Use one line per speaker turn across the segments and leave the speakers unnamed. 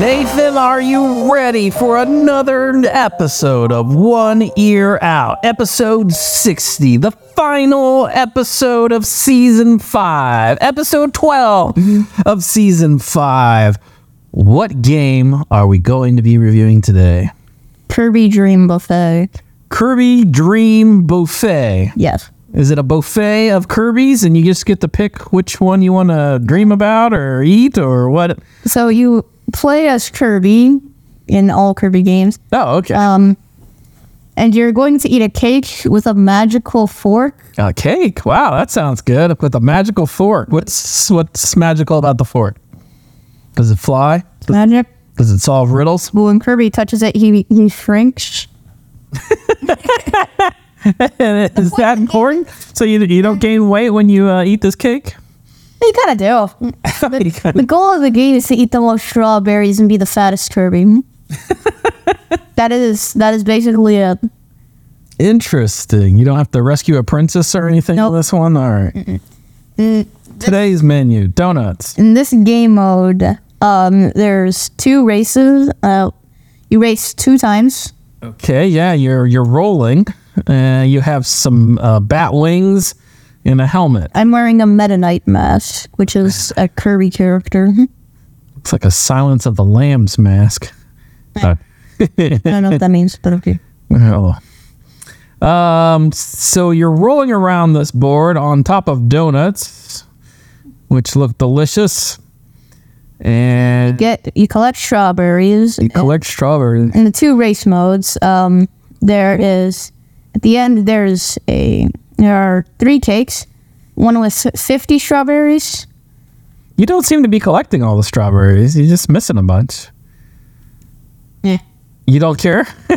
Nathan, are you ready for another episode of One Ear Out? Episode 60, the final episode of season 5, episode 12 of season 5. What game are we going to be reviewing today?
Kirby Dream Buffet.
Kirby Dream Buffet.
Yes.
Is it a buffet of Kirby's and you just get to pick which one you want to dream about or eat or what?
So you play as Kirby in all Kirby games,
Oh, okay.
and you're going to eat a cake with a magical fork.
A Uh, cake. Wow, that sounds good. With a magical fork. What's what's magical about the fork? Does it fly?
Magic.
Does it solve riddles?
But when Kirby touches it, he he shrinks.
Is that important? So you, you don't gain weight when you uh, eat this cake?
You kind of do.
You
The
kinda-
goal of the game is to eat the most strawberries and be the fattest Kirby. that is that is basically it.
Interesting. You don't have to rescue a princess or anything
Nope.
on this one. All right.
Mm.
Today's menu: donuts.
in this game mode, um, there's two races. Uh, you race two times.
Okay. Yeah, you're you're rolling. Uh, you have some uh, bat wings and a helmet.
I'm wearing a Meta Knight mask, which is a Kirby character.
It's like a Silence of the Lambs mask. Uh,
I don't know what that means, but okay.
Oh. Um, so you're rolling around this board on top of donuts, which look delicious. And
Get you collect strawberries.
collect strawberries.
In the two race modes, um, there is at the end there's a there are three cakes, one with 50 strawberries.
You don't seem to be collecting all the strawberries. You're just missing a bunch.
Yeah.
You don't care?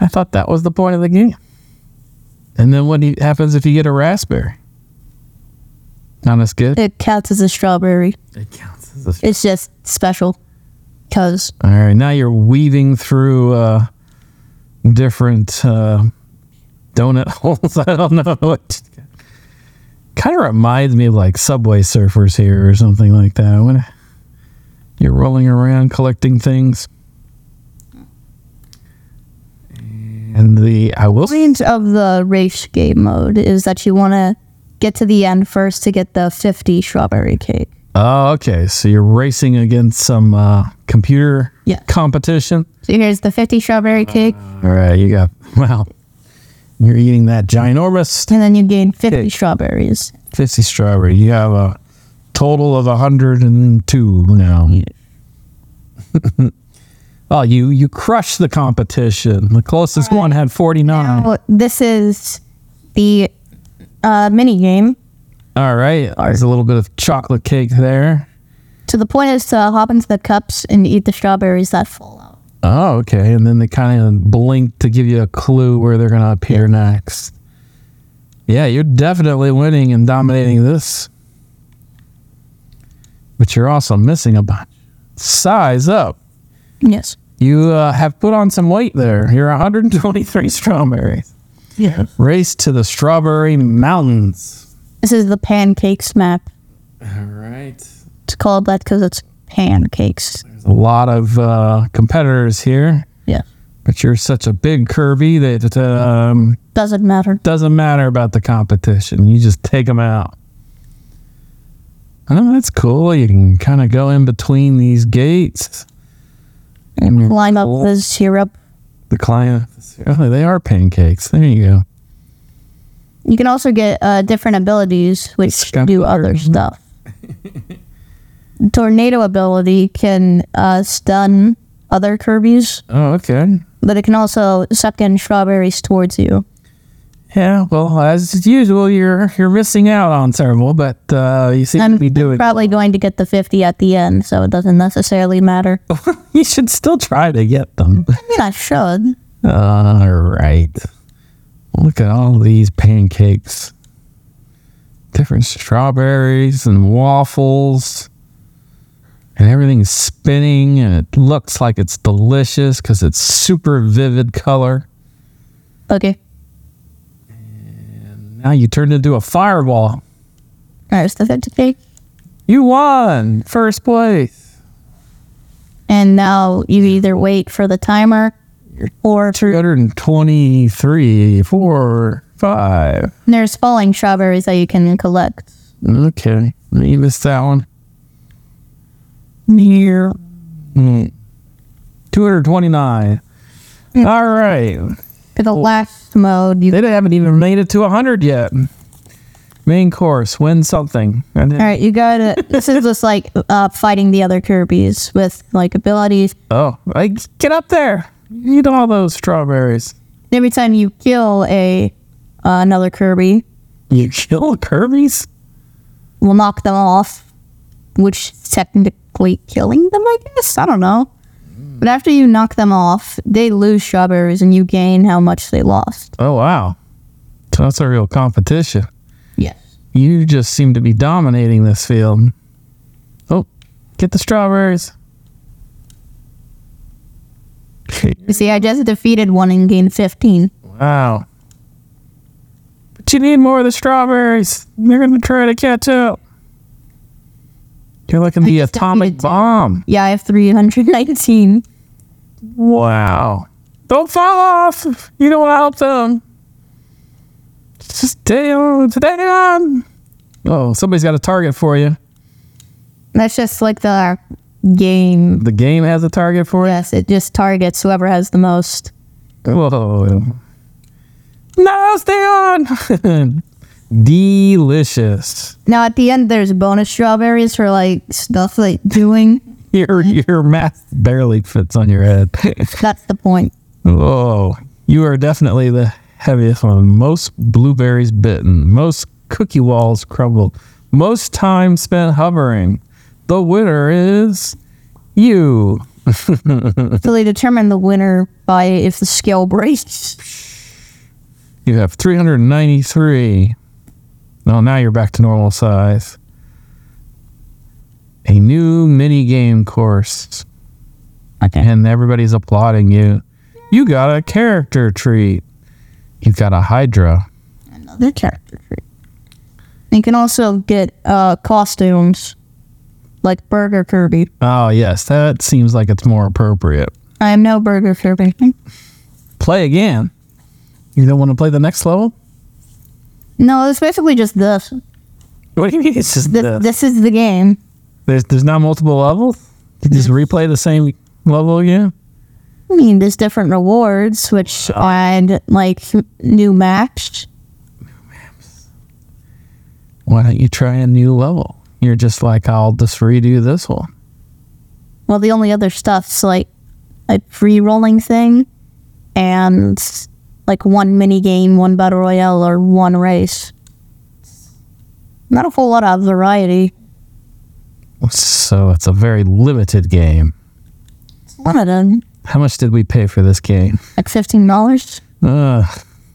I thought that was the point of the game. And then what do you- happens if you get a raspberry? Not as good?
It counts as a strawberry.
It counts as a
It's just special because
All right, now you're weaving through uh, different uh, donut holes. I don't know what. Kind of reminds me of like Subway Surfers here or something like that. When you're rolling around collecting things, and the I will
point of the race game mode is that you want to get to the end first to get the 50 strawberry cake.
Oh, okay. So you're racing against some uh, computer
Yeah.
competition.
So here's the 50 strawberry cake,
All right, you got wow. You're eating that ginormous
and then you gain 50
cake.
strawberries.
50 strawberry. You have a total of 102 now. oh, you you crushed the competition. The closest one had 49.
Now, this is the uh, mini game.
All right. There's a little bit of chocolate cake there.
So the point is to hop into the cups and eat the strawberries that fall out.
Oh, okay. And then they kind of blink to give you a clue where they're going to appear next. Yeah, you're definitely winning and dominating this. But you're also missing a bunch. Size up.
Yes.
You uh, have put on some weight there. You're 123 strawberries.
Yeah.
Race to the strawberry mountains.
This is the pancakes map.
All right.
It's called that because it's pancakes.
There's a lot of uh, competitors here,
Yeah.
but you're such a big Kirby that it um,
Doesn't matter.
doesn't matter about the competition. You just take them out. Oh, that's cool. You can kind of go in between these gates.
And climb up
Mm. cool.
the syrup.
The client, oh, they are pancakes. There you go.
You can also get uh, different abilities, which
Scum-
do other stuff. Tornado ability can uh, stun other Kirby's,
Oh, okay.
but it can also suck in strawberries towards you.
Yeah, well, as usual, you're you're missing out on several, but uh, you seem to
I'm
be doing.
probably going to get the 50 at the end, so it doesn't necessarily matter. I
you should still try to get them.
mean, I should.
All right, look at all these pancakes, different strawberries and waffles, and everything's spinning, and it looks like it's delicious because it's super vivid color.
Okay.
Now you turned into a fireball.
There's the 50 cake.
You won first place.
and now you either wait for the timer or
323, 4, 5.
there's falling strawberries that you can collect.
Okay. You missed that one. Here. Hmm. 229. All right.
For the last mode, you
They haven't even made it to 100 yet. Main course, win something. And then-
all right, you gotta. this is just like uh, fighting the other Kirby's with like abilities.
Oh, like get up there. Eat all those strawberries.
Every time you kill a uh, another Kirby,
You kill Kirby's?
will knock them off, which is technically killing them, I guess. I don't know. But after you knock them off, they lose strawberries and you gain how much they lost.
Oh, wow. So that's a real competition.
Yes.
You just seem to be dominating this field. Oh, get the strawberries.
You see, I just defeated one and gained 15.
Wow. But you need more of the strawberries. They're going to try to catch up. You're like in the
just
atomic
defeated two.
bomb.
Yeah, I have 319.
Wow. Don't fall off. You don't want to help them. Just stay on. Stay on. Oh, somebody's got a target for you.
That's just like the game.
The game has a target for you.
Yes, it just targets whoever has the most.
Whoa. No, stay on. Delicious.
Now, at the end, there's bonus strawberries for like stuff like doing.
Your your mask barely fits on your head.
That's the point.
Whoa. You are definitely the heaviest one. Most blueberries bitten. Most cookie walls crumbled. Most time spent hovering. The winner is you.
So they determine the winner by if the scale breaks.
You have 393. Well, now you're back to normal size. A new mini game course.
Okay.
And everybody's applauding you. You got a character treat. You got a Hydra.
another character trait. You can also get uh, costumes, like Burger Kirby.
Oh, yes, that seems like it's more appropriate.
I am no Burger Kirby.
Play again. You don't want to play the next level?
No, it's basically just this.
What do you mean? It's just
This,
the-
this is the game.
There's, there's not multiple levels? You just replay the same level again?
I mean, there's different rewards, which add like new maps.
why don't you try a new level? You're just like, I'll just redo this one.
Well, the only other stuff's like a free rolling thing, and like one mini game, one battle royale, or one race. Not a whole lot of variety.
So it's a very limited game.
It's limited,
How much did we pay for this game?
like fifteen dollars.
Uh,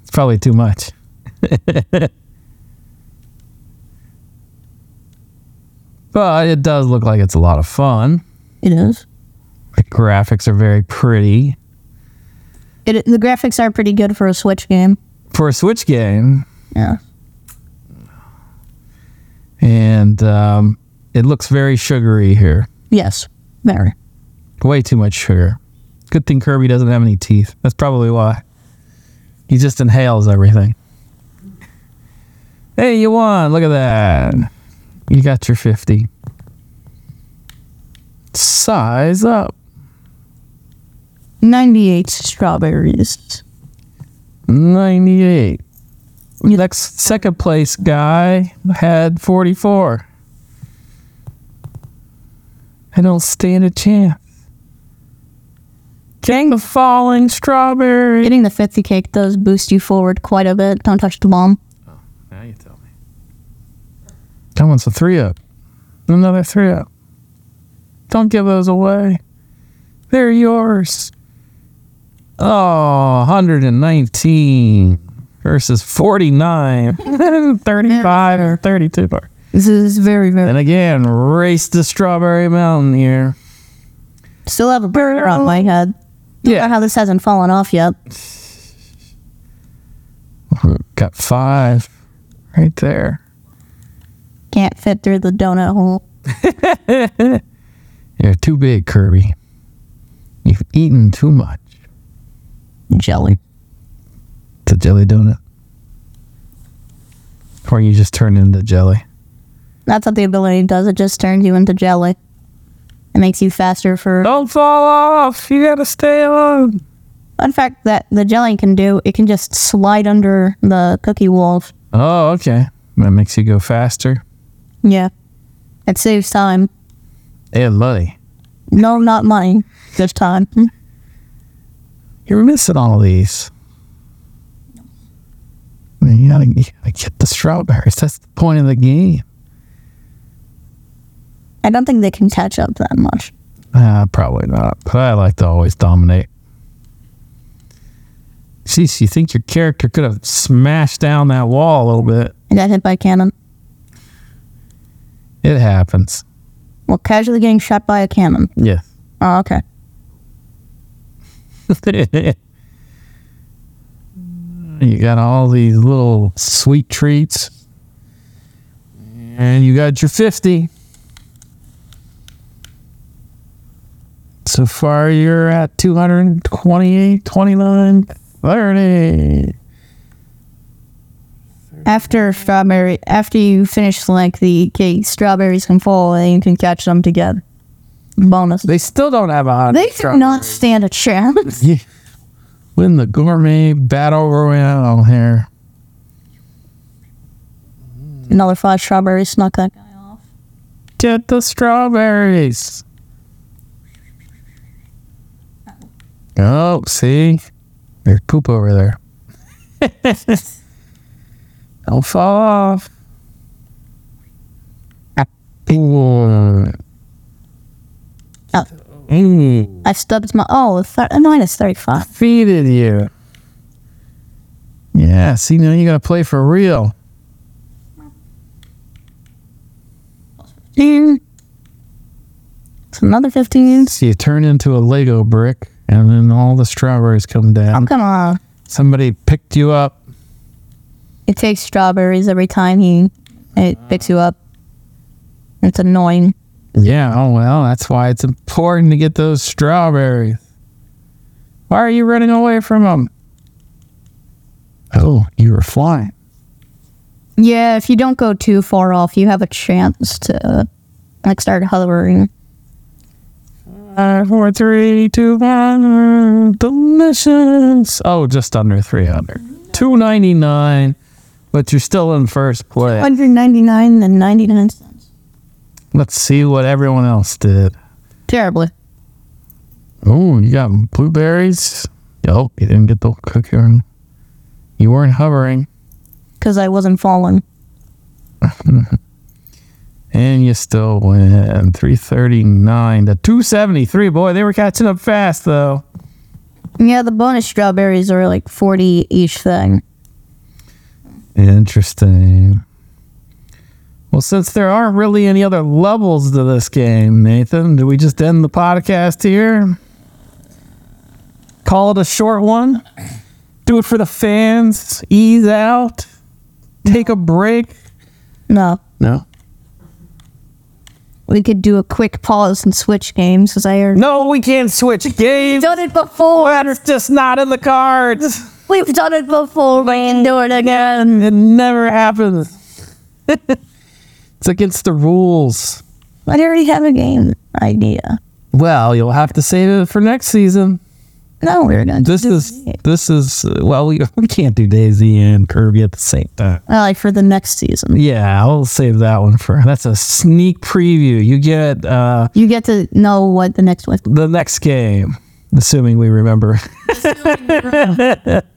it's probably too much. but it does look like it's a lot of fun.
It is.
The graphics are very pretty.
It the graphics are pretty good for a Switch game.
For a Switch game,
Yeah.
and um, it looks very sugary here.
Yes. Very.
Way too much sugar. Good thing Kirby doesn't have any teeth. That's probably why. He just inhales everything. Hey, you won. Look at that. You got your 50. Size up.
Ninety-eight strawberries.
98. Next second place guy had 44. I don't stand a chance. King of falling strawberry.
Getting the fifty cake does boost you forward quite a bit. Don't touch the bomb.
Now you tell me. That one's a three up. Another three up. Don't give those away. They're yours. Oh, 119 versus 49, 35, or 32.
This is very very.
And again, race to Strawberry Mountain here.
Still have a burger on my head. I don't know
Yeah.
how this hasn't fallen off yet.
Got five right there.
Can't fit through the donut hole.
You're too big, Kirby. You've eaten too much.
Jelly.
It's a jelly donut. Or you just turn into jelly.
That's what the ability does. It just turns you into jelly. It makes you faster for.
Don't fall off. You gotta stay on.
In fact, that the jelly can do, it can just slide under the cookie walls.
Oh, okay. That makes you go faster.
Yeah. It saves time.
Yeah, buddy.
No, not money. Just time.
You're missing all these. I mean, you, gotta, you gotta get the strawberries. That's the point of the game.
I don't think they can catch up that much.
Uh, probably not. But I like to always dominate. Jeez, you think your character could have smashed down that wall a little bit?
I got hit by a cannon.
It happens.
Well, casually getting shot by a cannon.
Yeah.
Oh, okay.
you got all these little sweet treats. And you got your 50. So far, you're at 228, 29, 30.
After strawberry, after you finish like the cake, strawberries can fall and you can catch them together. Bonus.
They still don't have a 100.
They do not stand a chance.
Yeah. Win the gourmet battle royale here.
Another five strawberries snuck that guy off.
Get the strawberries. Oh, see? There's poop over there. Don't fall off. Apple.
Oh.
Mm,
I stubbed my oh, thir- minus thirty-five.
defeated you. Yeah, see, now you gotta play for real.
It's another fifteen.
So you turn into a Lego brick, and then all the strawberries come
Oh,
down.
come on.
Somebody picked you up.
It takes strawberries every time he it picks you up. It's annoying.
Yeah, oh well, that's why it's important to get those strawberries. Why are you running away from them? Oh, you were flying.
Yeah, if you don't go too far off, you have a chance to uh, like start hovering.
Five, four, three, two, one. Delicious. Oh, just under 300. 299, but you're still in first place.
Hundred ninety-nine and ninety-nine cents.
Let's see what everyone else did.
Terribly.
Oh, you got blueberries? Yup, you didn't get the cookie. one. You weren't hovering,
Because I wasn't falling.
and you still win. 339 to 273. Boy, they were catching up fast, though.
Yeah, the bonus strawberries are like 40 each thing.
Interesting. Well, since there aren't really any other levels to this game, Nathan, do we just end the podcast here? Call it a short one? Do it for the fans? Ease out? Take a break?
No.
No.
We could do a quick pause and switch games because I already
No, we can't switch games.
done it before.
That's just not in the cards.
We've done it before. We can do it again.
It never happens. it's against the rules.
I already have a game idea.
Well, you'll have to save it for next season.
No, we're not.
This is this is uh, well, we, we can't do Daisy and Kirby at the same time.
I like for the next season.
Yeah, I'll save that one for. That's a sneak preview. You get uh,
You get to know what the next one.
the next game, assuming we remember.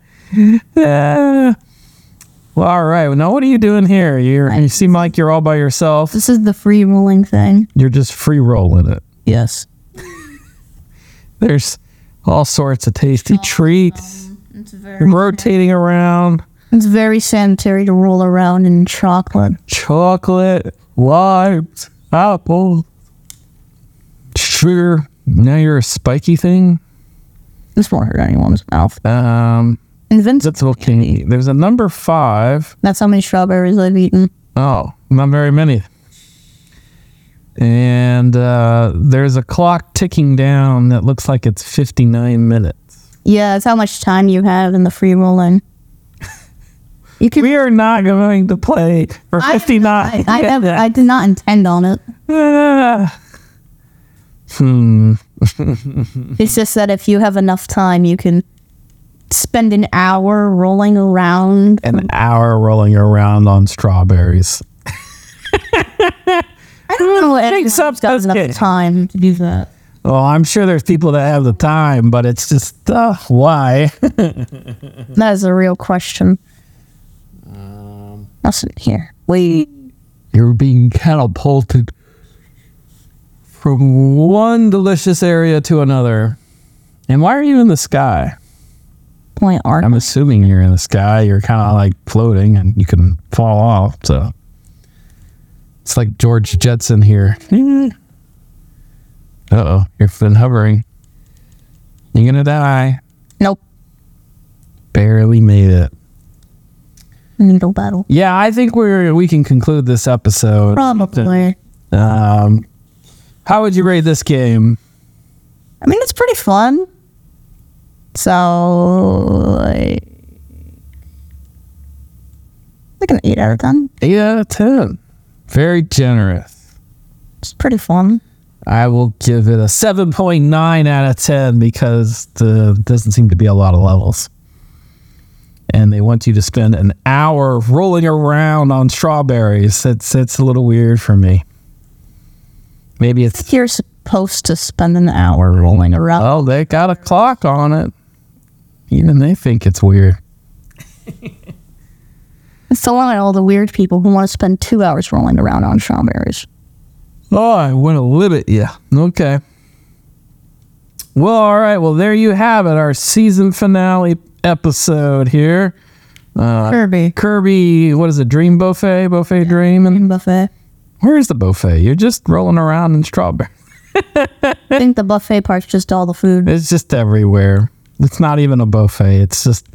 Yeah. Uh, well, all right. Now, what are you doing here? You're, you seem like you're all by yourself.
This is the free rolling thing.
You're just free rolling it.
Yes.
There's all sorts of tasty treats
It's very,
rotating around.
it's very sanitary to roll around in chocolate.
chocolate, limes, apple, sugar. Now you're a spiky thing.
This won't hurt anyone's mouth.
Um,
Invincible.
that's okay. There's a number five.
That's how many strawberries I've eaten.
Oh, not very many. And uh, there's a clock ticking down that looks like it's 59 minutes.
Yeah, that's how much time you have in the free rolling. You could.
We are not going to play for
I am
59.
I, I, never, I did not intend on it.
Ah. hmm.
It's just that if you have enough time, you can spend an hour rolling around.
An hour rolling around on strawberries.
I don't know.
Jake's
Everyone's
up,
got enough
okay.
time to do that.
Well, I'm sure there's people that have the time, but it's just, uh, why?
That is a real question. Listen here. Wait.
You're being catapulted from one delicious area to another. And why are you in the sky?
Point arc.
I'm assuming you're in the sky. You're kind of like floating and you can fall off. So it's like George Jetson here. uh oh, you've been hovering. You're going to die.
Nope.
Barely made it.
Noodle battle.
Yeah, I think we're we can conclude this episode.
Probably.
Um, how would you rate this game?
I mean, it's pretty fun. So, like, like an 8 out of 10.
Eight out of ten. Very generous.
It's pretty fun.
I will give it a seven point nine out of ten because there doesn't seem to be a lot of levels. And they want you to spend an hour rolling around on strawberries. It's it's a little weird for me. Maybe it's
You're supposed to spend an hour rolling around.
Oh, they got a clock on it. Even they think it's weird.
It's the line all the weird people who want to spend two hours rolling around on strawberries.
Oh, I want to limit you. Okay. Well, all right. Well, there you have it. Our season finale episode here.
Kirby.
Kirby, what is it? Dream buffet, buffet dream, and
Buffet.
where is the buffet? You're just rolling around in strawberry.
I think the buffet part's just all the food.
It's just everywhere. It's not even a buffet. It's just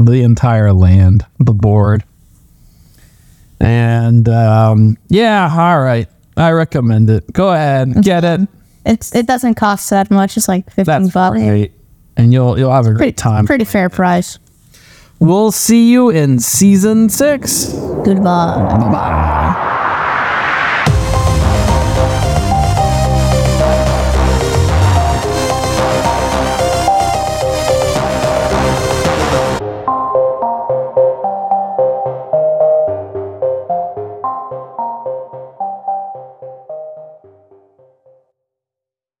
the entire land, the board. And um, yeah, all right. I recommend it. Go ahead, get it.
It's it doesn't cost that much. It's like fifteen
That's
bucks.
great. And you'll you'll have a
Pretty
great time.
Pretty fair price.
We'll see you in season six.
Goodbye.
Bye.